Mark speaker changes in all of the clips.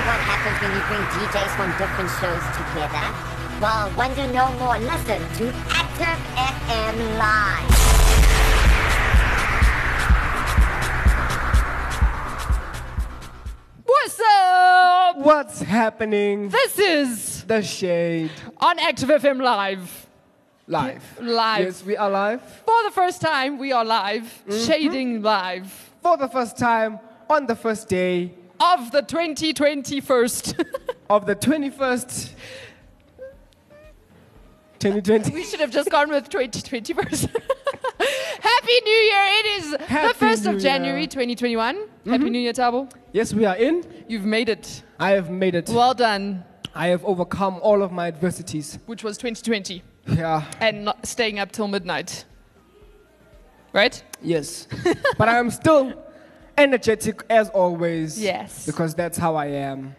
Speaker 1: when you bring DJs from different shows together. Well, when you know more, listen to Active FM Live.
Speaker 2: What's up?
Speaker 3: What's happening?
Speaker 2: This is
Speaker 3: The Shade
Speaker 2: on Active FM Live.
Speaker 3: Live.
Speaker 2: Live.
Speaker 3: Yes, we are live
Speaker 2: For the first time, we are live,
Speaker 3: Mm-hmm.
Speaker 2: shading live
Speaker 3: for the first time on the first day
Speaker 2: of the 2021st.
Speaker 3: of the 21st, 2020.
Speaker 2: we should have just gone with 2021st. Happy New Year! It is
Speaker 3: Happy
Speaker 2: the 1st
Speaker 3: New
Speaker 2: of January
Speaker 3: Year. Mm-hmm.
Speaker 2: 2021. Happy New Year, Tabo.
Speaker 3: Yes, we are in.
Speaker 2: You've made it.
Speaker 3: I have made it.
Speaker 2: Well done,
Speaker 3: I have overcome all of my adversities.
Speaker 2: which was 2020,
Speaker 3: Yeah.
Speaker 2: and not staying up till midnight. Right?
Speaker 3: Yes. but I am still energetic as always.
Speaker 2: Yes.
Speaker 3: Because that's how I am.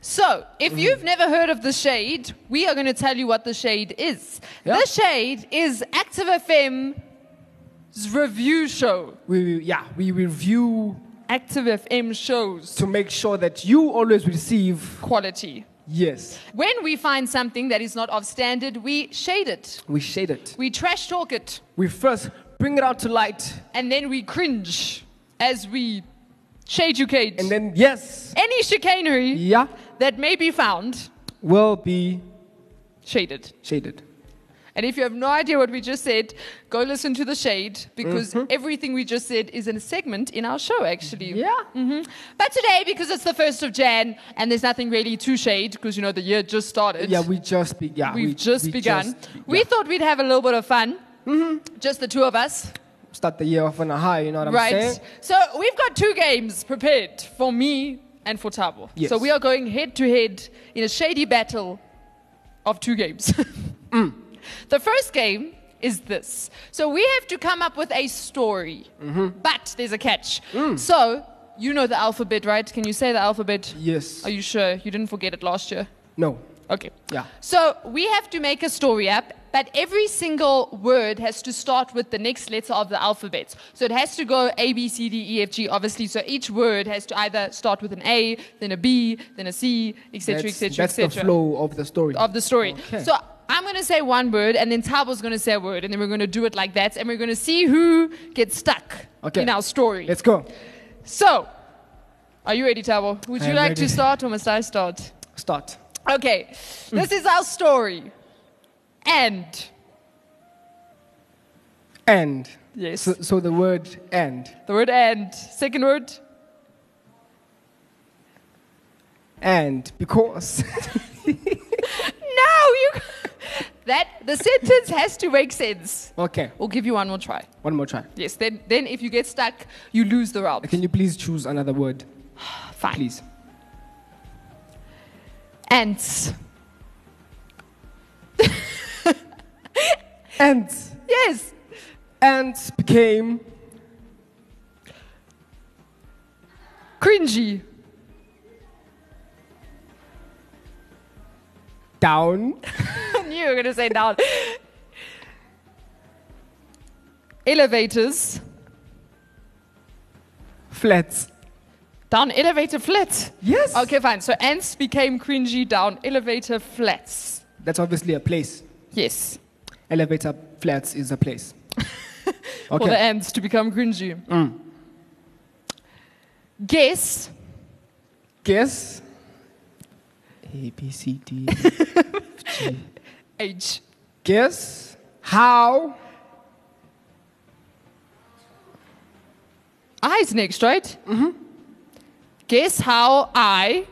Speaker 2: So, if
Speaker 3: Mm-hmm.
Speaker 2: you've never heard of The Shade, we are going to tell you what The Shade is.
Speaker 3: Yeah.
Speaker 2: The Shade is Active FM's review show.
Speaker 3: We yeah, we review
Speaker 2: Active FM shows
Speaker 3: to make sure that you always receive
Speaker 2: quality.
Speaker 3: yes.
Speaker 2: When we find something that is not of standard, we shade it.
Speaker 3: We shade it.
Speaker 2: We trash talk it.
Speaker 3: We first bring it out to light
Speaker 2: And then we cringe as we shade you, Kate.
Speaker 3: And then, yes,
Speaker 2: Any chicanery
Speaker 3: yeah,
Speaker 2: that may be found,
Speaker 3: will be
Speaker 2: shaded.
Speaker 3: shaded.
Speaker 2: And if you have no idea what we just said, go listen to The Shade because
Speaker 3: Mm-hmm.
Speaker 2: everything we just said is in a segment in our show, actually. hmm But today, because it's the 1st of Jan and there's nothing really to shade because, you know, the year just started.
Speaker 3: Yeah, we just began.
Speaker 2: We've just begun. We thought we'd have a little bit of fun,
Speaker 3: Mm-hmm.
Speaker 2: just the two of us,
Speaker 3: start the year off on a high, you know what I'm
Speaker 2: right?
Speaker 3: saying?
Speaker 2: So we've got two games prepared for me and for Tabo.
Speaker 3: Yes.
Speaker 2: So we are going head to head in a shady battle of two games.
Speaker 3: Mm.
Speaker 2: The first game is this. So we have to come up with a story,
Speaker 3: Mm-hmm.
Speaker 2: but there's a catch.
Speaker 3: Mm.
Speaker 2: So you know the alphabet, right? Can you say the alphabet?
Speaker 3: Yes.
Speaker 2: Are you sure you didn't forget it last year?
Speaker 3: no.
Speaker 2: Okay.
Speaker 3: Yeah.
Speaker 2: So we have to make a story up, but every single word has to start with the next letter of the alphabet. So it has to go A, B, C, D, E, F, G, obviously. So each word has to either start with an A, then a B, then a C, etc.,
Speaker 3: that's
Speaker 2: etc.,
Speaker 3: that's the
Speaker 2: etc.
Speaker 3: flow of the story.
Speaker 2: Of the story.
Speaker 3: Okay.
Speaker 2: So I'm going to say one word, and then Tabo's going to say a word, and then we're going to do it like that, and we're going to see who gets stuck
Speaker 3: Okay.
Speaker 2: in our story.
Speaker 3: Let's go.
Speaker 2: So, are you ready, Tabo? Would
Speaker 3: I
Speaker 2: you
Speaker 3: am
Speaker 2: like
Speaker 3: ready.
Speaker 2: to start, or must I start?
Speaker 3: Start.
Speaker 2: Okay, this is our story. And
Speaker 3: And.
Speaker 2: yes,
Speaker 3: So, so the word and.
Speaker 2: the word and. Second word,
Speaker 3: And. Because.
Speaker 2: no. You that the sentence has to make sense.
Speaker 3: okay.
Speaker 2: We'll give you one more try.
Speaker 3: One more try.
Speaker 2: Yes. Then, then if you get stuck, you lose the round.
Speaker 3: Can you please choose another word?
Speaker 2: Fine.
Speaker 3: Please.
Speaker 2: Ants.
Speaker 3: And.
Speaker 2: Yes.
Speaker 3: And became.
Speaker 2: Cringy.
Speaker 3: Down.
Speaker 2: I knew you were gonna say down. Elevators.
Speaker 3: Flats.
Speaker 2: Down elevator flat.
Speaker 3: Yes.
Speaker 2: Okay, fine. So ants became cringy down elevator flats.
Speaker 3: That's obviously a place.
Speaker 2: Yes.
Speaker 3: Elevator flats is a place.
Speaker 2: for the ants to become cringy.
Speaker 3: Mm.
Speaker 2: Guess
Speaker 3: Guess. A B C D.
Speaker 2: age.
Speaker 3: Guess how
Speaker 2: I's next, right? Mm-hmm. Guess how I.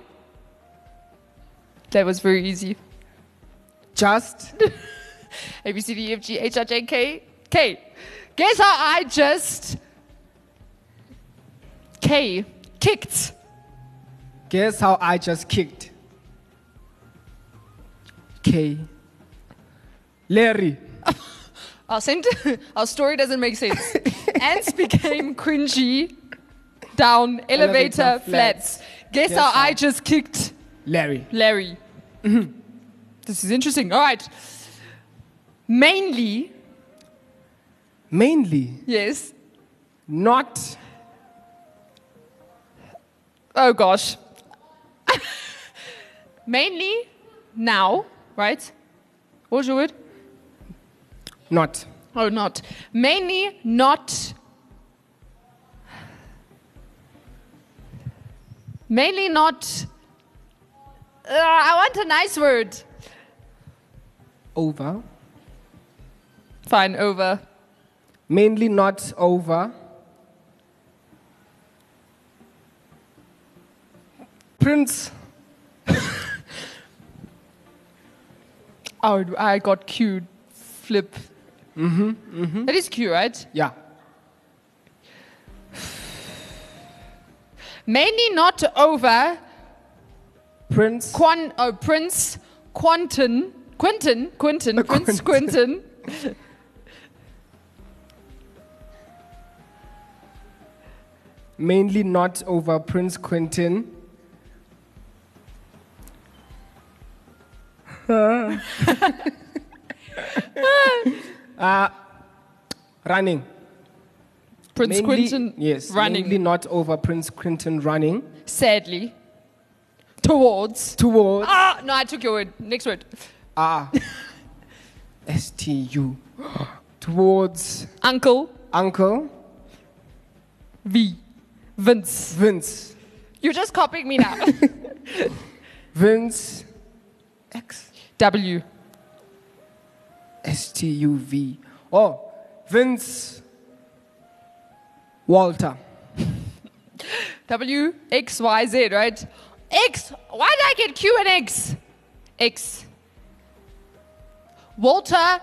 Speaker 2: That was very easy.
Speaker 3: just
Speaker 2: A B C D E F G H I J K K. Guess how I just K kicked.
Speaker 3: guess how I just kicked. K. Larry.
Speaker 2: Our sent- our story doesn't make sense. Ants became cringy down elevator,
Speaker 3: Elevator
Speaker 2: flats.
Speaker 3: flats.
Speaker 2: Guess,
Speaker 3: Guess
Speaker 2: how I
Speaker 3: how-
Speaker 2: just kicked
Speaker 3: Larry.
Speaker 2: Larry. Mm-hmm. This is interesting. All right. Mainly,
Speaker 3: Mainly
Speaker 2: yes.
Speaker 3: not
Speaker 2: Oh gosh. mainly now, right? What was your word?
Speaker 3: Not.
Speaker 2: Oh, not. Mainly not. Mainly not. Uh, I want a nice word.
Speaker 3: Over.
Speaker 2: Fine, over.
Speaker 3: Mainly not over. Prince.
Speaker 2: Oh, I got cued. Flip. Mm-hmm, That is cute, right?
Speaker 3: Yeah.
Speaker 2: Mainly not over.
Speaker 3: Prince.
Speaker 2: Quan, oh, Prince Quentin. Quentin. Quentin. Prince Quentin.
Speaker 3: mainly not over Prince Quentin. uh, running.
Speaker 2: Prince
Speaker 3: Mainly-
Speaker 2: Quentin.
Speaker 3: Yes.
Speaker 2: Running.
Speaker 3: Mainly not over Prince Quentin running
Speaker 2: Sadly. Towards.
Speaker 3: towards.
Speaker 2: Ah, no, I took your word. Next word.
Speaker 3: Ah. S T U. Towards
Speaker 2: Uncle
Speaker 3: Uncle
Speaker 2: V. Vince.
Speaker 3: Vince.
Speaker 2: You're just copying me now.
Speaker 3: Vince. X.
Speaker 2: w.
Speaker 3: S T U V. Oh, Vince Walter.
Speaker 2: W. X. Y. Z, right? X. Why did I get Q and X? X. Walter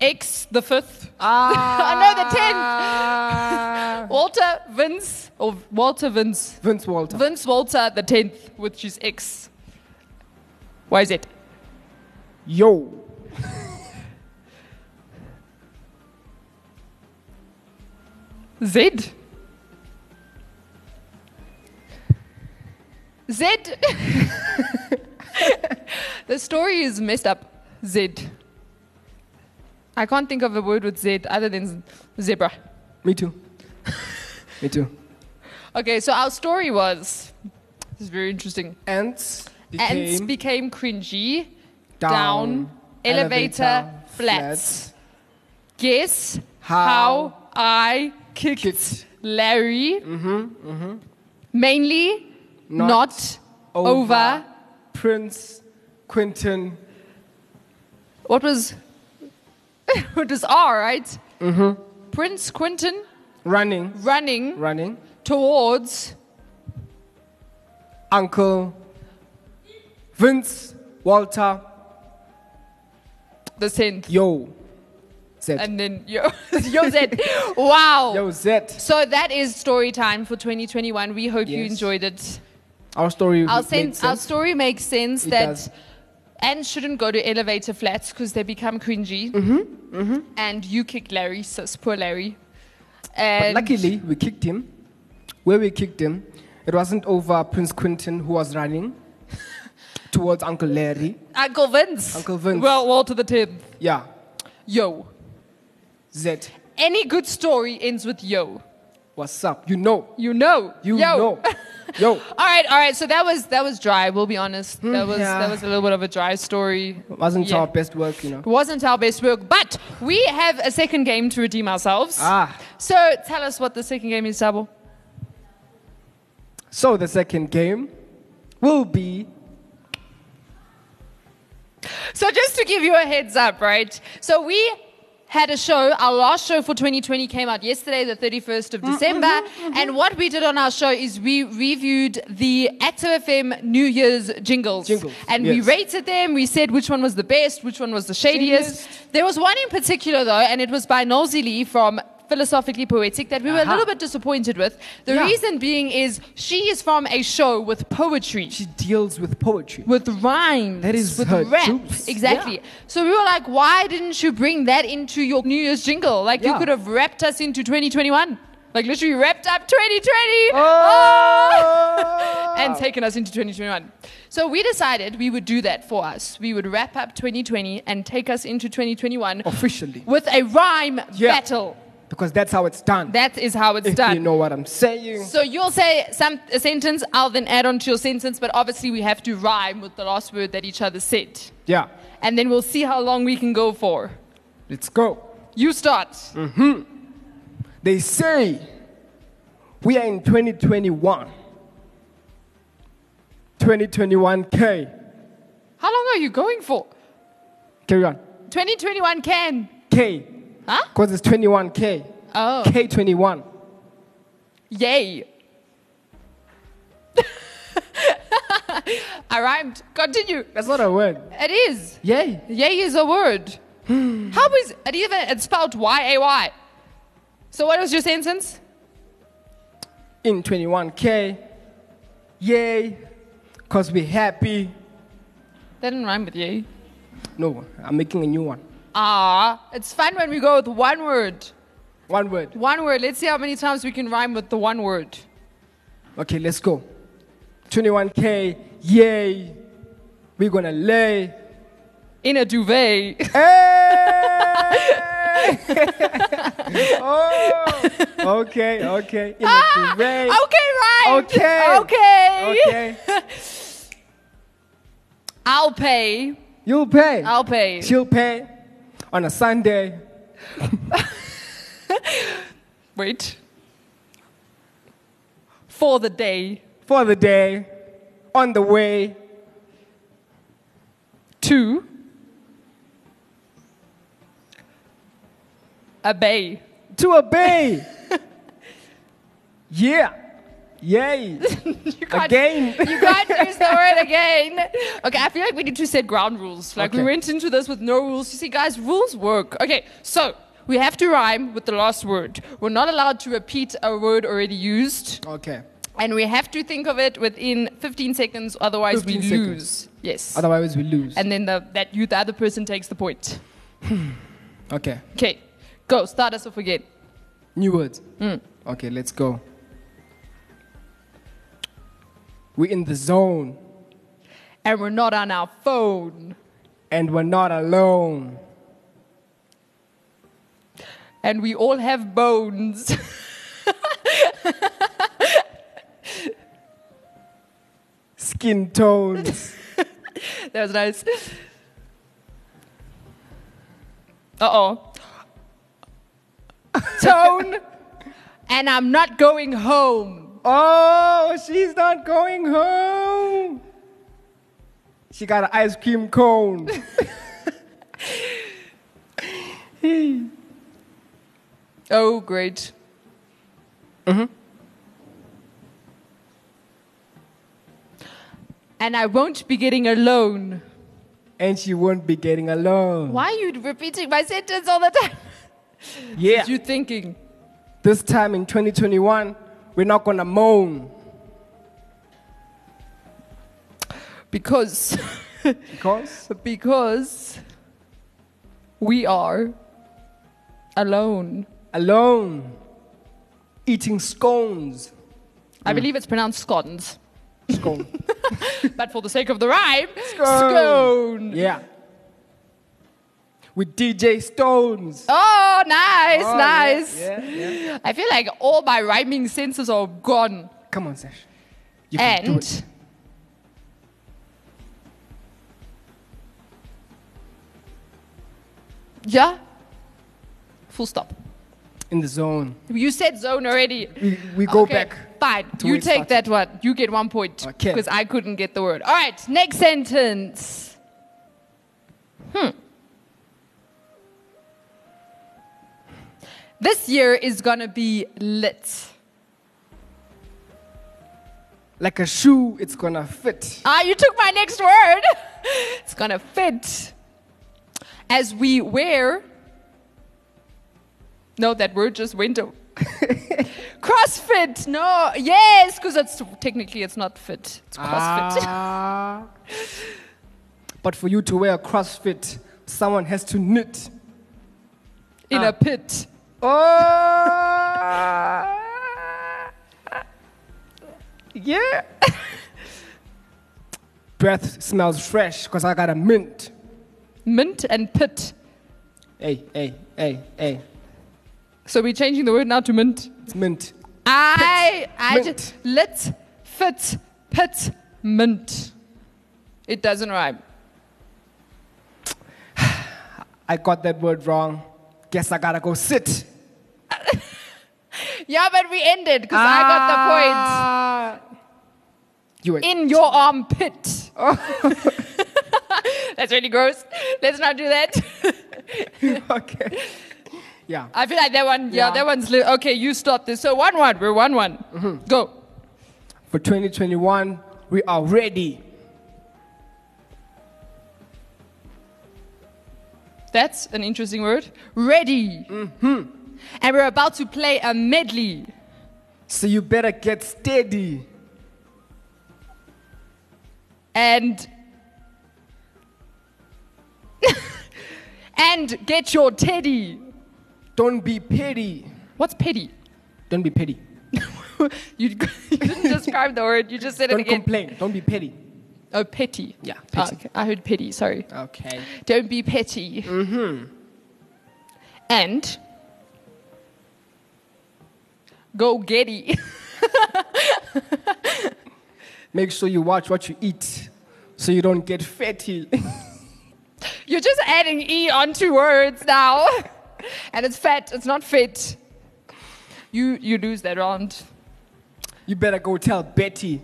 Speaker 2: X the fifth. Ah.
Speaker 3: no, the
Speaker 2: Walter Vince. Or Walter Vince.
Speaker 3: 10th. Vince Walter.
Speaker 2: Vince Walter the tenth, which is X. Why is it?
Speaker 3: Yo.
Speaker 2: Z. Z. the story is messed up. Z. I can't think of a word with Z other than z- zebra.
Speaker 3: Me too. Me too.
Speaker 2: Okay, so our story was. This is very interesting.
Speaker 3: Ants became
Speaker 2: Ants became cringy.
Speaker 3: down,
Speaker 2: elevator, flats. Guess how, I kicked,
Speaker 3: Kicked.
Speaker 2: Larry. Mainly
Speaker 3: Not
Speaker 2: not,
Speaker 3: over.
Speaker 2: over.
Speaker 3: Prince Quentin
Speaker 2: What was? what was R right? Mm-hmm. Prince Quentin
Speaker 3: running,
Speaker 2: running
Speaker 3: running.
Speaker 2: towards
Speaker 3: Uncle Vince Walter.
Speaker 2: the synth,
Speaker 3: Yo. Z.
Speaker 2: and then yo, yo said, "Wow."
Speaker 3: Yo, Z.
Speaker 2: So that is story time for 2021. We hope you
Speaker 3: Yes.
Speaker 2: enjoyed it.
Speaker 3: Our story.
Speaker 2: Our,
Speaker 3: made
Speaker 2: sense, our
Speaker 3: sense.
Speaker 2: story makes sense
Speaker 3: It
Speaker 2: that
Speaker 3: does.
Speaker 2: ants shouldn't go to elevator flats because they become cringy. Mm-hmm. Mm-hmm. And you kicked Larry, so it's poor Larry.
Speaker 3: But
Speaker 2: And
Speaker 3: luckily, we kicked him. Where we kicked him, it wasn't over Prince Quentin who was running towards Uncle Larry.
Speaker 2: Uncle Vince.
Speaker 3: Uncle Vince.
Speaker 2: Well, Walter the Tenth.
Speaker 3: Yeah,
Speaker 2: Yo.
Speaker 3: Z.
Speaker 2: Any good story ends with yo.
Speaker 3: What's up? You know.
Speaker 2: You know.
Speaker 3: You
Speaker 2: yo.
Speaker 3: know. Yo.
Speaker 2: All right, all right. So that was that was dry. We'll be honest. That was
Speaker 3: Hmm, yeah.
Speaker 2: that was a little bit of a dry story.
Speaker 3: Wasn't
Speaker 2: Yeah.
Speaker 3: our best work, you know.
Speaker 2: It wasn't our best work, but we have a second game to redeem ourselves.
Speaker 3: Ah.
Speaker 2: So tell us what the second game is, Double.
Speaker 3: So the second game will be
Speaker 2: So just to give you a heads up, right? So we had a show. Our last show for 2020 came out yesterday, the 31st of December.
Speaker 3: Mm-hmm,
Speaker 2: And what we did on our show is we reviewed the Active FM New Year's jingles,
Speaker 3: Jingles,
Speaker 2: and we
Speaker 3: yes.
Speaker 2: rated them. We said which one was the best, which one was the shadiest. There was one in particular though, and it was by Nosy Lee from. Philosophically poetic that we were a
Speaker 3: Aha.
Speaker 2: little bit disappointed with. The
Speaker 3: Uh-huh. Yeah.
Speaker 2: reason being is she is from a show with poetry
Speaker 3: she deals with poetry.
Speaker 2: with rhymes.
Speaker 3: That is
Speaker 2: with
Speaker 3: her
Speaker 2: rap.
Speaker 3: juice.
Speaker 2: Exactly.
Speaker 3: Yeah.
Speaker 2: So we were like, why didn't you bring that into your New Year's jingle? Like
Speaker 3: Yeah.
Speaker 2: you could have wrapped us into 2021. Like literally wrapped up 2020
Speaker 3: Oh!
Speaker 2: and taken us into 2021. So we decided we would do that for us. We would wrap up 2020 and take us into 2021
Speaker 3: Officially.
Speaker 2: with a rhyme
Speaker 3: Yeah.
Speaker 2: battle.
Speaker 3: because that's how it's done.
Speaker 2: That is how it's
Speaker 3: if
Speaker 2: done.
Speaker 3: you know what I'm saying.
Speaker 2: So you'll say some a sentence, I'll then add on to your sentence, but obviously we have to rhyme with the last word that each other said.
Speaker 3: yeah,
Speaker 2: And then we'll see how long we can go for.
Speaker 3: let's go.
Speaker 2: You start.
Speaker 3: They say we are in 2021. 2021K.
Speaker 2: How long are you going for?
Speaker 3: Carry on.
Speaker 2: 2021 can.
Speaker 3: K.
Speaker 2: Huh?
Speaker 3: Because it's 21K.
Speaker 2: Oh.
Speaker 3: K21.
Speaker 2: Yay. I rhymed. Continue.
Speaker 3: That's not a word.
Speaker 2: It is.
Speaker 3: Yay.
Speaker 2: Yay is a word. How is it even it's spelled Y A Y? So what was your sentence?
Speaker 3: In 21K. Yay. Because we're happy.
Speaker 2: That didn't rhyme with yay.
Speaker 3: No, I'm making a new one.
Speaker 2: Ah, it's fun when we go with one word.
Speaker 3: One word.
Speaker 2: One word. Let's see how many times we can rhyme with the one word.
Speaker 3: Okay, let's go. 21K. Yay. We're going to lay.
Speaker 2: In a duvet.
Speaker 3: Hey! oh, okay, okay. In a
Speaker 2: Ah,
Speaker 3: duvet.
Speaker 2: Okay, right.
Speaker 3: Okay.
Speaker 2: Okay.
Speaker 3: Okay.
Speaker 2: I'll pay.
Speaker 3: You'll pay.
Speaker 2: I'll pay.
Speaker 3: She'll pay on a Sunday.
Speaker 2: Wait. For the day.
Speaker 3: for the day, on the way
Speaker 2: To. Obey.
Speaker 3: to a bay. yeah,
Speaker 2: You
Speaker 3: yay. Again.
Speaker 2: You can't use the word again. Okay, I feel like we need to set ground rules. Like we
Speaker 3: Okay.
Speaker 2: went into this with no rules. You see, guys, rules work. Okay, so we have to rhyme with the last word. We're not allowed to repeat a word already used,
Speaker 3: Okay.
Speaker 2: and we have to think of it within 15 seconds. Otherwise,
Speaker 3: 15
Speaker 2: we
Speaker 3: seconds.
Speaker 2: lose. Yes.
Speaker 3: Otherwise, we lose.
Speaker 2: and then the, that you, the other person, takes the point.
Speaker 3: okay.
Speaker 2: Okay, go. Start us off again.
Speaker 3: New words.
Speaker 2: Hmm.
Speaker 3: Okay, let's go. We're in the zone
Speaker 2: And we're not on our phone.
Speaker 3: and we're not alone.
Speaker 2: And we all have bones.
Speaker 3: Skin tones.
Speaker 2: That was nice. Uh oh. Tone. and I'm not going home.
Speaker 3: oh, she's not going home. She got an ice cream cone.
Speaker 2: Oh, great.
Speaker 3: Mm-hmm.
Speaker 2: And I won't be getting a loan.
Speaker 3: and she won't be getting alone.
Speaker 2: Why are you repeating my sentence all the time?
Speaker 3: Yeah.
Speaker 2: You thinking?
Speaker 3: This time in 2021, we're not gonna moan
Speaker 2: Because,
Speaker 3: because
Speaker 2: because we are alone.
Speaker 3: alone, eating scones. Mm.
Speaker 2: I believe it's pronounced scones.
Speaker 3: Scone.
Speaker 2: but for the sake of the rhyme,
Speaker 3: Scone.
Speaker 2: scone.
Speaker 3: yeah. With DJ Stones.
Speaker 2: Oh, nice,
Speaker 3: Oh, yeah,
Speaker 2: nice.
Speaker 3: yeah, yeah.
Speaker 2: I feel like all my rhyming senses are gone.
Speaker 3: Come on, Sash. You can do it.
Speaker 2: and yeah, full stop.
Speaker 3: in the zone.
Speaker 2: You said zone already.
Speaker 3: We, we go
Speaker 2: Okay,
Speaker 3: back.
Speaker 2: Fine.
Speaker 3: to where
Speaker 2: You
Speaker 3: it
Speaker 2: take
Speaker 3: started.
Speaker 2: that one. You get one point.
Speaker 3: Okay.
Speaker 2: Because I couldn't get the word. All right. Next sentence. Hmm. This year is going to be lit.
Speaker 3: Like a shoe, it's gonna fit.
Speaker 2: Ah, you took my next word. it's going to fit. As we wear. No, that word just went. a- CrossFit. No. Yes, because it's technically it's not fit. It's CrossFit.
Speaker 3: Ah. but for you to wear a CrossFit, someone has to knit.
Speaker 2: in
Speaker 3: Ah.
Speaker 2: a pit.
Speaker 3: Oh! yeah. Breath smells fresh because I got a mint.
Speaker 2: Mint and pit.
Speaker 3: Hey, hey, hey, hey.
Speaker 2: So we're changing the word now to mint.
Speaker 3: It's mint.
Speaker 2: I, I
Speaker 3: Mint.
Speaker 2: just, let's fit, pit, mint. It doesn't rhyme.
Speaker 3: I got that word wrong. Guess I gotta go sit.
Speaker 2: Yeah, but we ended because
Speaker 3: Ah.
Speaker 2: I got the point.
Speaker 3: You were
Speaker 2: in your armpit. That's really gross. Let's not do that.
Speaker 3: okay. Yeah.
Speaker 2: I feel like that one, yeah,
Speaker 3: Yeah.
Speaker 2: that one's li- okay. You stop this. So one one, we're one one.
Speaker 3: Mm-hmm.
Speaker 2: Go.
Speaker 3: For 2021, we are ready.
Speaker 2: That's an interesting word. Ready.
Speaker 3: Mm-hmm.
Speaker 2: And we're about to play a medley.
Speaker 3: So you better get steady.
Speaker 2: and and get your teddy.
Speaker 3: Don't be petty.
Speaker 2: What's petty?
Speaker 3: Don't be petty.
Speaker 2: you, you didn't describe the word. You just said
Speaker 3: Don't
Speaker 2: it again.
Speaker 3: complain. Don't be petty.
Speaker 2: oh, petty.
Speaker 3: Yeah,
Speaker 2: Ah,
Speaker 3: petty.
Speaker 2: okay. I heard petty. Sorry.
Speaker 3: Okay.
Speaker 2: Don't be petty. Mm-hmm. And go getty.
Speaker 3: Make sure you watch what you eat so you don't get fatty.
Speaker 2: You're just adding e onto words now, and it's fat. It's not fit. You you lose that round.
Speaker 3: you better go tell Betty.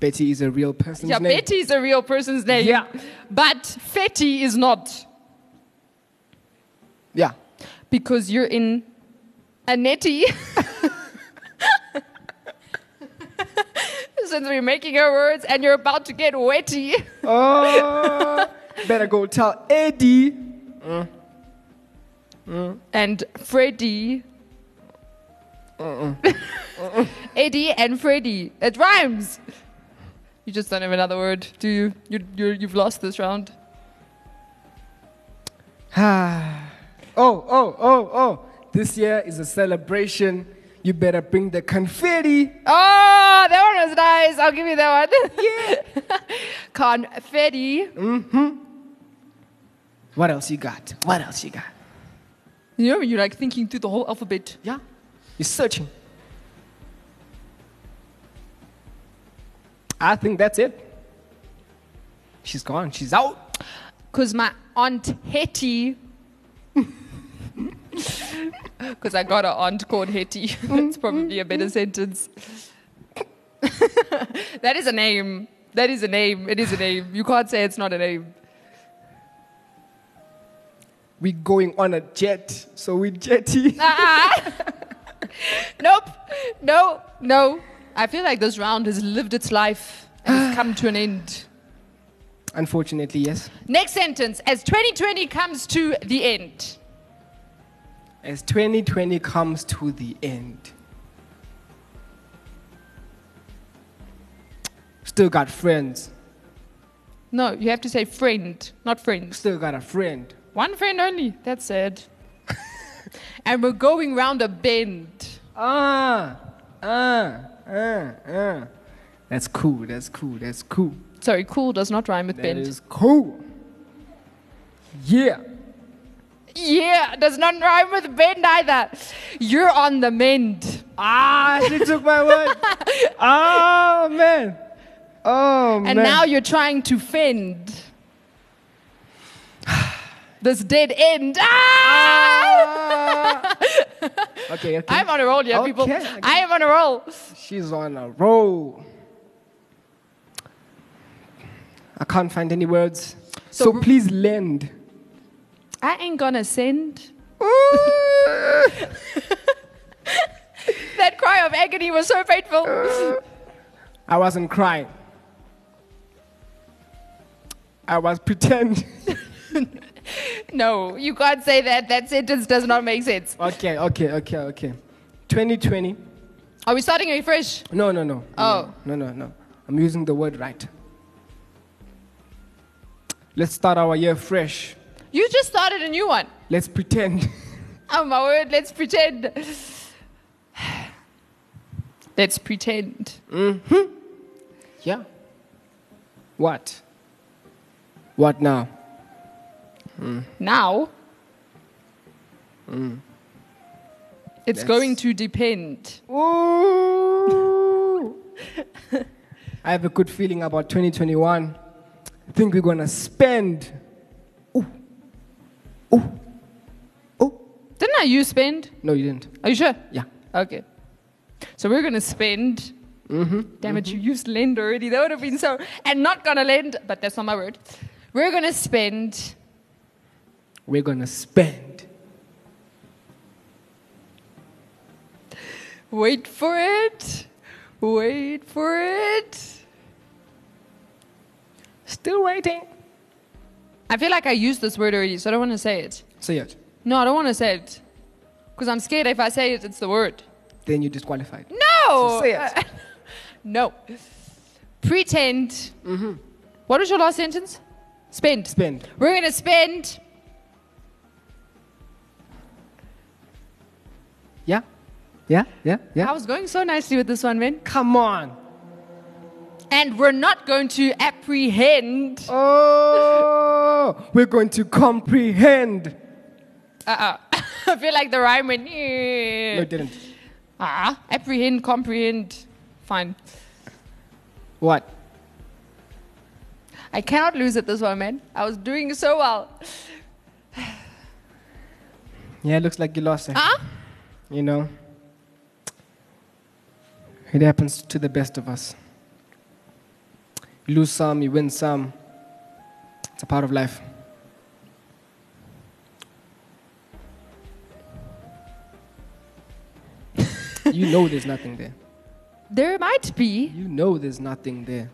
Speaker 3: Betty is a real person's
Speaker 2: Yeah,
Speaker 3: name.
Speaker 2: Betty is a real person's name.
Speaker 3: Yeah.
Speaker 2: But Fetty is not
Speaker 3: Yeah.
Speaker 2: because you're in a netty. Since we're making her words and you're about to get wetty.
Speaker 3: Oh, better go tell Eddie.
Speaker 2: And Freddy. Eddie and Freddy. It rhymes. You just don't have another word, do you? you you're, you've lost this round.
Speaker 3: Ah. oh, oh, oh, oh. This year is a celebration. You better bring the confetti.
Speaker 2: Oh, that one was nice. I'll give you that one. Yeah. Confetti.
Speaker 3: What else you got? What else you got?
Speaker 2: You know, you're like thinking through the whole alphabet.
Speaker 3: Yeah. You're searching. I think that's it. She's gone. She's out.
Speaker 2: Because my aunt Hetty. Because I got an aunt called Hetty. That's probably a better sentence. that is a name. That is a name. It is a name. You can't say it's not a name.
Speaker 3: We're going on a jet, so we're jetty.
Speaker 2: Nope. No. No. I feel like this round has lived its life and it's come to an end.
Speaker 3: Unfortunately, yes.
Speaker 2: Next sentence. As 2020 comes to the end.
Speaker 3: As 2020 comes to the end, still got friends.
Speaker 2: No, you have to say friend, not friends.
Speaker 3: Still got a friend.
Speaker 2: One friend only. That's sad. and we're going round a bend.
Speaker 3: Ah, ah, ah, ah. That's cool. That's cool. That's cool.
Speaker 2: Sorry, cool does not rhyme with
Speaker 3: That
Speaker 2: bend.
Speaker 3: is cool. Yeah.
Speaker 2: yeah, does not rhyme with bend either. You're on the mend.
Speaker 3: Ah, she took my word. oh man. Oh man.
Speaker 2: And now you're trying to fend. this dead end. Ah!
Speaker 3: Ah. okay. Okay.
Speaker 2: I'm on a roll, yeah,
Speaker 3: Okay,
Speaker 2: people.
Speaker 3: okay.
Speaker 2: I am on a roll.
Speaker 3: She's on a roll. I can't find any words. So,
Speaker 2: So-
Speaker 3: please lend.
Speaker 2: I ain't gonna send. That cry of agony was so painful.
Speaker 3: I wasn't crying. I was pretend.
Speaker 2: No, you can't say that. That sentence does not make sense.
Speaker 3: okay, okay, okay, okay. 2020.
Speaker 2: Are we starting refresh?
Speaker 3: No, no, no.
Speaker 2: Oh.
Speaker 3: No, no, no. I'm using the word right. Let's start our year fresh.
Speaker 2: You just started a new one.
Speaker 3: Let's pretend.
Speaker 2: Oh my word, let's pretend. Let's pretend.
Speaker 3: Yeah. What? What now?
Speaker 2: Now, It's
Speaker 3: That's-
Speaker 2: going to depend.
Speaker 3: Ooh. I have a good feeling about 2021. I think we're gonna spend.
Speaker 2: Didn't I you spend?
Speaker 3: No, you didn't.
Speaker 2: Are you sure?
Speaker 3: Yeah.
Speaker 2: Okay. So we're going to spend. Damn it, you used lend already. That would have been so. And not going to lend, but that's not my word. We're going to spend
Speaker 3: We're gonna spend.
Speaker 2: Wait for it. Wait for it.
Speaker 3: Still waiting.
Speaker 2: I feel like I used this word already, so I don't want to say it.
Speaker 3: So it.
Speaker 2: No, I don't want to say it. Because I'm scared if I say it, it's the word.
Speaker 3: Then you're disqualified.
Speaker 2: No!
Speaker 3: So say it.
Speaker 2: no. Pretend.
Speaker 3: Mm-hmm.
Speaker 2: What was your last sentence? Spend.
Speaker 3: Spend.
Speaker 2: We're going to spend.
Speaker 3: Yeah. Yeah. Yeah. Yeah.
Speaker 2: I was going so nicely with this one, man.
Speaker 3: Come on.
Speaker 2: And we're not going to apprehend.
Speaker 3: Oh, we're going to comprehend.
Speaker 2: Uh-uh. I feel like the rhyme went. "Eh."
Speaker 3: No, it didn't.
Speaker 2: Ah, apprehend, comprehend. Fine.
Speaker 3: What?
Speaker 2: I cannot lose at this one, man. I was doing so well.
Speaker 3: Yeah, it looks like you lost it.
Speaker 2: Huh?
Speaker 3: You know, it happens to the best of us. You lose some, you win some. It's a part of life. you know there's nothing there.
Speaker 2: There might be.
Speaker 3: You know there's nothing there.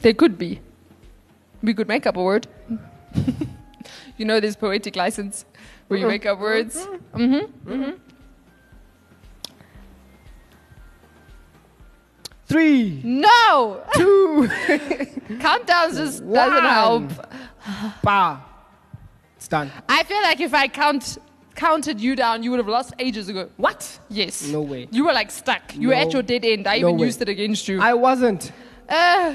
Speaker 2: There could be. We could make up a word. you know, there's poetic license where you make up words.
Speaker 3: Three,
Speaker 2: No!
Speaker 3: two,
Speaker 2: Countdowns just doesn't
Speaker 3: One.
Speaker 2: help.
Speaker 3: pa. It's done.
Speaker 2: I feel like if I count counted you down, you would have lost ages ago.
Speaker 3: What?
Speaker 2: Yes.
Speaker 3: No way.
Speaker 2: You were like stuck. You were
Speaker 3: No-
Speaker 2: at your dead end. I
Speaker 3: no
Speaker 2: even
Speaker 3: way.
Speaker 2: used it against you.
Speaker 3: I wasn't.
Speaker 2: uh,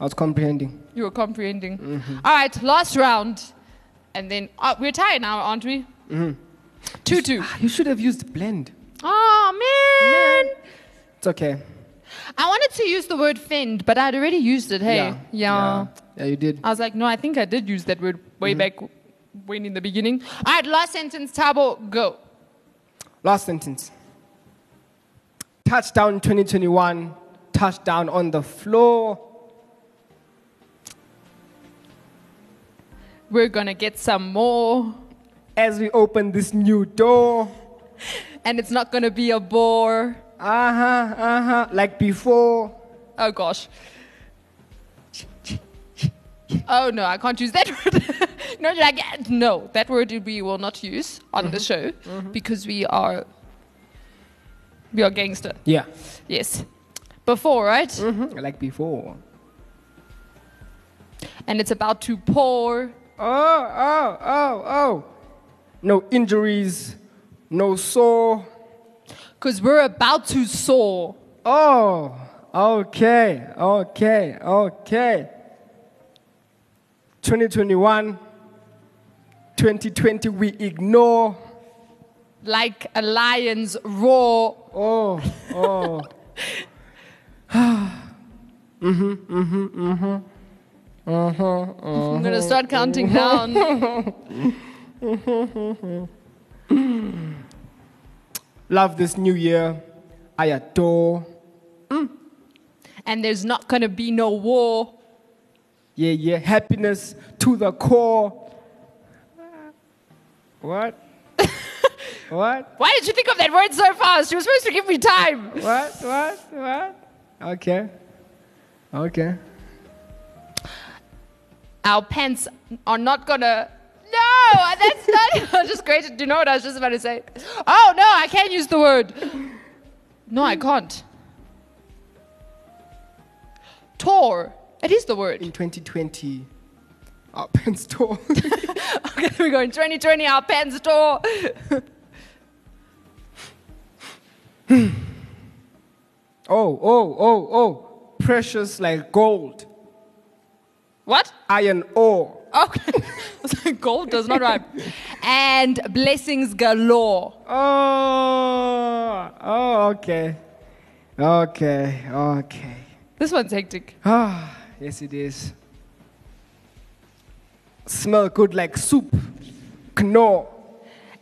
Speaker 3: I was comprehending.
Speaker 2: you were comprehending. All right, last round. And then uh, we're tied now, aren't we?
Speaker 3: Mm-hmm.
Speaker 2: 2 2.
Speaker 3: Ah, You should have used blend.
Speaker 2: Oh man.
Speaker 3: It's okay.
Speaker 2: I wanted to use the word fend, but I'd already used it, hey?
Speaker 3: Yeah. Yeah, Mm-hmm. Yeah, you did.
Speaker 2: I was like, no, I think I did use that word way back when in the beginning. All right, last sentence, Tabo, go.
Speaker 3: Last sentence. Touchdown 2021. Touchdown on the floor.
Speaker 2: We're gonna get some more,
Speaker 3: As we open this new door.
Speaker 2: and it's not gonna be a bore.
Speaker 3: Uh huh, uh huh. Like before.
Speaker 2: Oh gosh. Oh no, I can't use that word. no, like, no, that word we will not use on the show because we are we are gangster.
Speaker 3: Yeah.
Speaker 2: Yes. Before, right?
Speaker 3: Mm-hmm. Like before.
Speaker 2: And it's about to pour.
Speaker 3: Oh, oh, oh, oh. No injuries. No sore.
Speaker 2: Because we're about to soar.
Speaker 3: Oh, okay, okay, okay. 2021, 2020, we ignore.
Speaker 2: Like a lion's roar.
Speaker 3: Oh, oh.
Speaker 2: I'm going to start counting down.
Speaker 3: Love this new year. I adore.
Speaker 2: and there's not going to be no war.
Speaker 3: Yeah, yeah. Happiness to the core. What? what?
Speaker 2: Why did you think of that word so fast? You were supposed to give me time.
Speaker 3: What? What? What? Okay. Okay.
Speaker 2: Our pants are not going to. No, that's not. I just created. Do you know what I was just about to say? Oh, no, I can use the word. No, I can't. Tor. It is the word.
Speaker 3: In 2020, our pants tore.
Speaker 2: Okay, we go in 2020, our pen store.
Speaker 3: Oh, oh, oh, oh. Precious like gold,
Speaker 2: what?
Speaker 3: iron ore.
Speaker 2: Okay. So gold does not rhyme. And blessings galore.
Speaker 3: Oh, oh, okay. Okay, okay.
Speaker 2: This one's hectic.
Speaker 3: Ah, yes, it is. Smell good like soup. Knorr.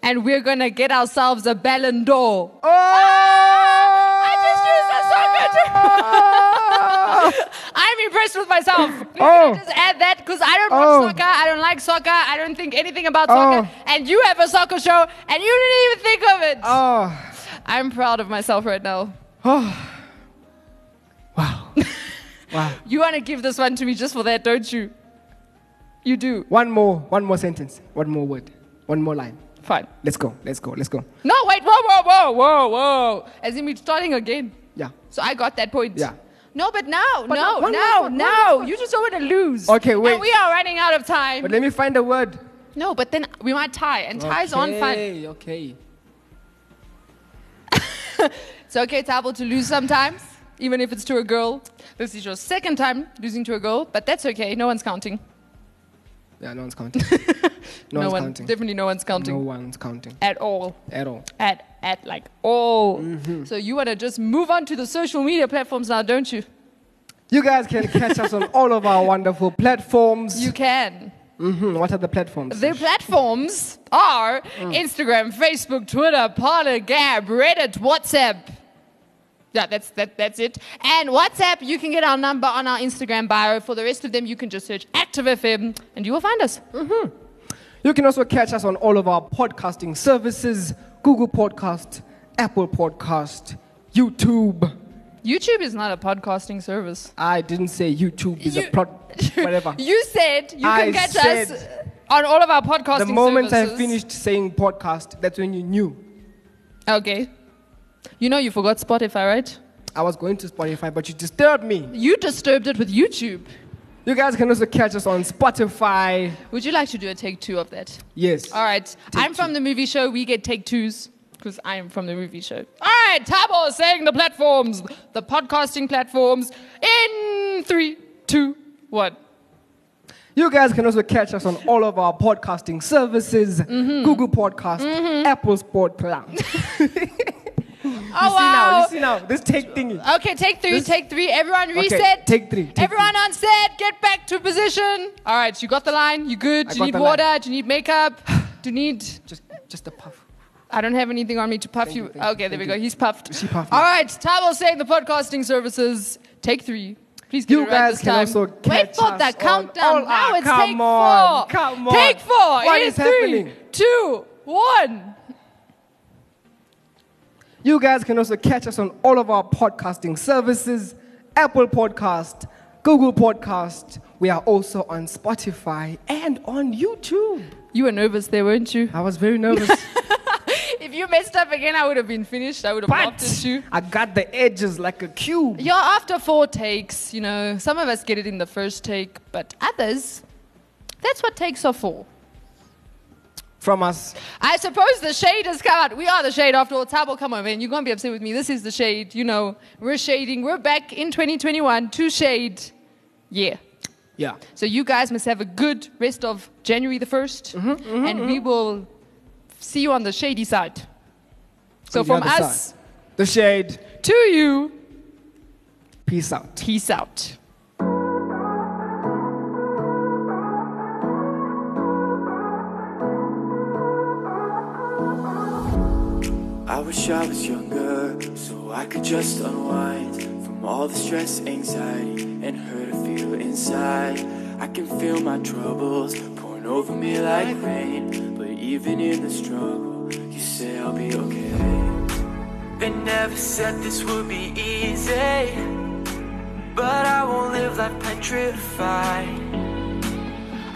Speaker 2: And we're gonna get ourselves a Ballon d'Or.
Speaker 3: Oh! I
Speaker 2: I just used a soccer term. I'm impressed with myself. Can
Speaker 3: Oh.
Speaker 2: I just add that because I don't
Speaker 3: Oh.
Speaker 2: watch soccer. I don't like soccer. I don't think anything about soccer.
Speaker 3: Oh.
Speaker 2: And you have a soccer show, and you didn't even think of it.
Speaker 3: Oh.
Speaker 2: I'm proud of myself right now.
Speaker 3: Oh. Wow. wow.
Speaker 2: You want to give this one to me just for that, don't you? You do.
Speaker 3: One more, one more sentence. One more word. One more line.
Speaker 2: Fine.
Speaker 3: Let's go. Let's go. Let's go.
Speaker 2: No, wait. Whoa, whoa, whoa, whoa, whoa. As in, we're starting again.
Speaker 3: Yeah.
Speaker 2: So I got that point.
Speaker 3: Yeah.
Speaker 2: No, but now,
Speaker 3: no,
Speaker 2: no,
Speaker 3: one
Speaker 2: now,
Speaker 3: last one, one last
Speaker 2: now.
Speaker 3: one.
Speaker 2: You just don't want to lose.
Speaker 3: Okay, wait.
Speaker 2: And we are running out of time.
Speaker 3: But let me find a word.
Speaker 2: no, but then we might tie, and ties on fun.
Speaker 3: Okay, Okay.
Speaker 2: It's okay, Table, to lose sometimes, even if it's to a girl. This is your second time losing to a girl, but that's okay. No one's counting.
Speaker 3: Yeah, no one's counting. No, one's
Speaker 2: one,
Speaker 3: counting.
Speaker 2: Definitely no one's counting
Speaker 3: No one's counting
Speaker 2: at all.
Speaker 3: at all.
Speaker 2: At, at like all.
Speaker 3: Mm-hmm.
Speaker 2: So you want to just move on to the social media platforms now, don't you?
Speaker 3: You guys can catch us on all of our wonderful platforms.
Speaker 2: You can.
Speaker 3: Mhm, What are the platforms?
Speaker 2: The platforms are
Speaker 3: Mm.
Speaker 2: Instagram, Facebook, Twitter, Parler, Gab, Reddit, WhatsApp. Yeah, that's that, that's it. And WhatsApp, you can get our number on our Instagram bio. For the rest of them, you can just search Active FM and you will find us.
Speaker 3: You can also catch us on all of our podcasting services Google Podcast, Apple Podcast, YouTube.
Speaker 2: YouTube is not a podcasting service.
Speaker 3: I didn't say YouTube is
Speaker 2: You-
Speaker 3: a plot, whatever.
Speaker 2: you said you
Speaker 3: I
Speaker 2: can catch us
Speaker 3: said-
Speaker 2: on all of our podcasting
Speaker 3: the moment I
Speaker 2: services.
Speaker 3: finished saying podcast, that's when you knew.
Speaker 2: Okay. You know you forgot Spotify, right?
Speaker 3: I was going to Spotify, but you disturbed me.
Speaker 2: You disturbed it with YouTube.
Speaker 3: You guys can also catch us on Spotify.
Speaker 2: Would you like to do a take two of that?
Speaker 3: Yes.
Speaker 2: All right. I'm from the movie show. We get take twos because I am from the movie show. All right. Tabo is saying the platforms, the podcasting platforms in three, two, one.
Speaker 3: You guys can also catch us on all of our podcasting services
Speaker 2: Mm-hmm.
Speaker 3: Google Podcast, Apple Sport Plan.
Speaker 2: Oh,
Speaker 3: You see now,
Speaker 2: wow.
Speaker 3: you see now, this take thingy.
Speaker 2: Okay. Take three,
Speaker 3: This-
Speaker 2: take three. Everyone reset.
Speaker 3: take three, take
Speaker 2: Everyone on set, get back to position. All right. You got the line. You good.
Speaker 3: I
Speaker 2: Do you
Speaker 3: got
Speaker 2: need
Speaker 3: the
Speaker 2: water?
Speaker 3: line.
Speaker 2: Do you need makeup? Do you need.
Speaker 3: Just, just a puff.
Speaker 2: I don't have anything on me to puff
Speaker 3: Thank
Speaker 2: you.
Speaker 3: you, thank you,
Speaker 2: okay, there we
Speaker 3: thank
Speaker 2: go.
Speaker 3: you.
Speaker 2: He's puffed.
Speaker 3: She puffed me.
Speaker 2: All right, Tabo saying the podcasting services. Take three. Please get
Speaker 3: You
Speaker 2: it right
Speaker 3: guys
Speaker 2: this
Speaker 3: can
Speaker 2: time.
Speaker 3: also
Speaker 2: Wait
Speaker 3: catch
Speaker 2: for
Speaker 3: us
Speaker 2: the
Speaker 3: on
Speaker 2: countdown.
Speaker 3: all
Speaker 2: now
Speaker 3: our-
Speaker 2: it's
Speaker 3: come
Speaker 2: take
Speaker 3: on,
Speaker 2: four.
Speaker 3: come on.
Speaker 2: Take four.
Speaker 3: What
Speaker 2: it
Speaker 3: is
Speaker 2: is three,
Speaker 3: happening?
Speaker 2: two, one.
Speaker 3: You guys can also catch us on all of our podcasting services Apple Podcast, Google Podcast. We are also on Spotify and on YouTube.
Speaker 2: You were nervous there, weren't you?
Speaker 3: I was very nervous,
Speaker 2: If you messed up again, I would have been finished. I would have laughed
Speaker 3: but
Speaker 2: at you.
Speaker 3: I got the edges like a cube.
Speaker 2: You're after four takes, you know. Some of us get it in the first take, but others, that's what takes are for.
Speaker 3: From us,
Speaker 2: I suppose the shade has come out. We are the shade after all. Tabo, come on, man. You can't be upset with me. This is the shade. You know, we're shading. We're back in 2021 to shade. Yeah.
Speaker 3: yeah.
Speaker 2: So you guys must have a good rest of January the 1st.
Speaker 3: Mm-hmm,
Speaker 2: and we will see you on the shady side. So
Speaker 3: On the
Speaker 2: from
Speaker 3: other
Speaker 2: us
Speaker 3: side. the shade.
Speaker 2: to you,
Speaker 3: Peace out.
Speaker 2: peace out.
Speaker 4: I wish I was younger so I could just unwind from all the stress, anxiety, and hurt I feel inside. I can feel my troubles pouring over me like rain, but even in the struggle, you say I'll be okay. They never said this would be easy, but I won't live life petrified.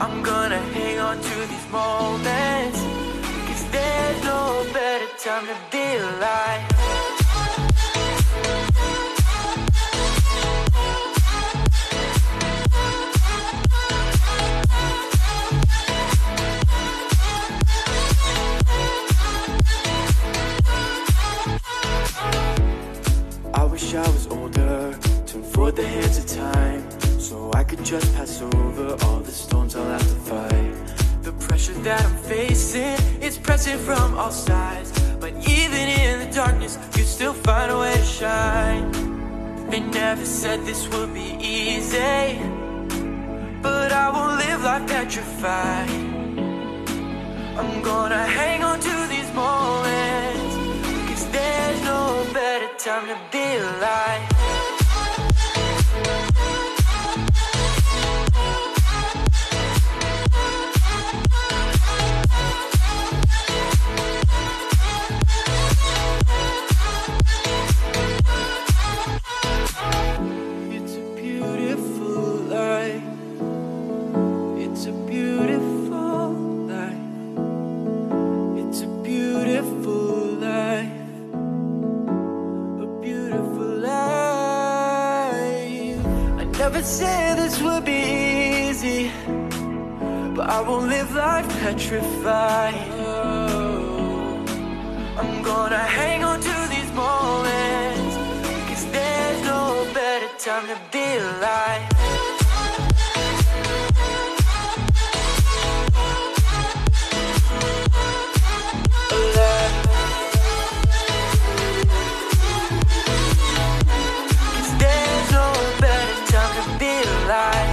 Speaker 4: I'm gonna hang on to these moments. Cause there's no better time to be alive. I wish I was older, turned for the hands of time, so I could just pass over all the storms I'll have to fight. picture that I'm facing is present from all sides. But even in the darkness, you still find a way to shine. They never said this would be easy, but I will live life petrified. I'm gonna hang on to these moments, cause there's no better time to be alive. It's a beautiful life. It's a beautiful life. It's a beautiful life. A beautiful life. I never said this would be easy, but I will live life petrified. Oh, I'm gonna hang on to these moments. Cause there's no better time to be alive. Alive. 'Cause there's no better time to be alive.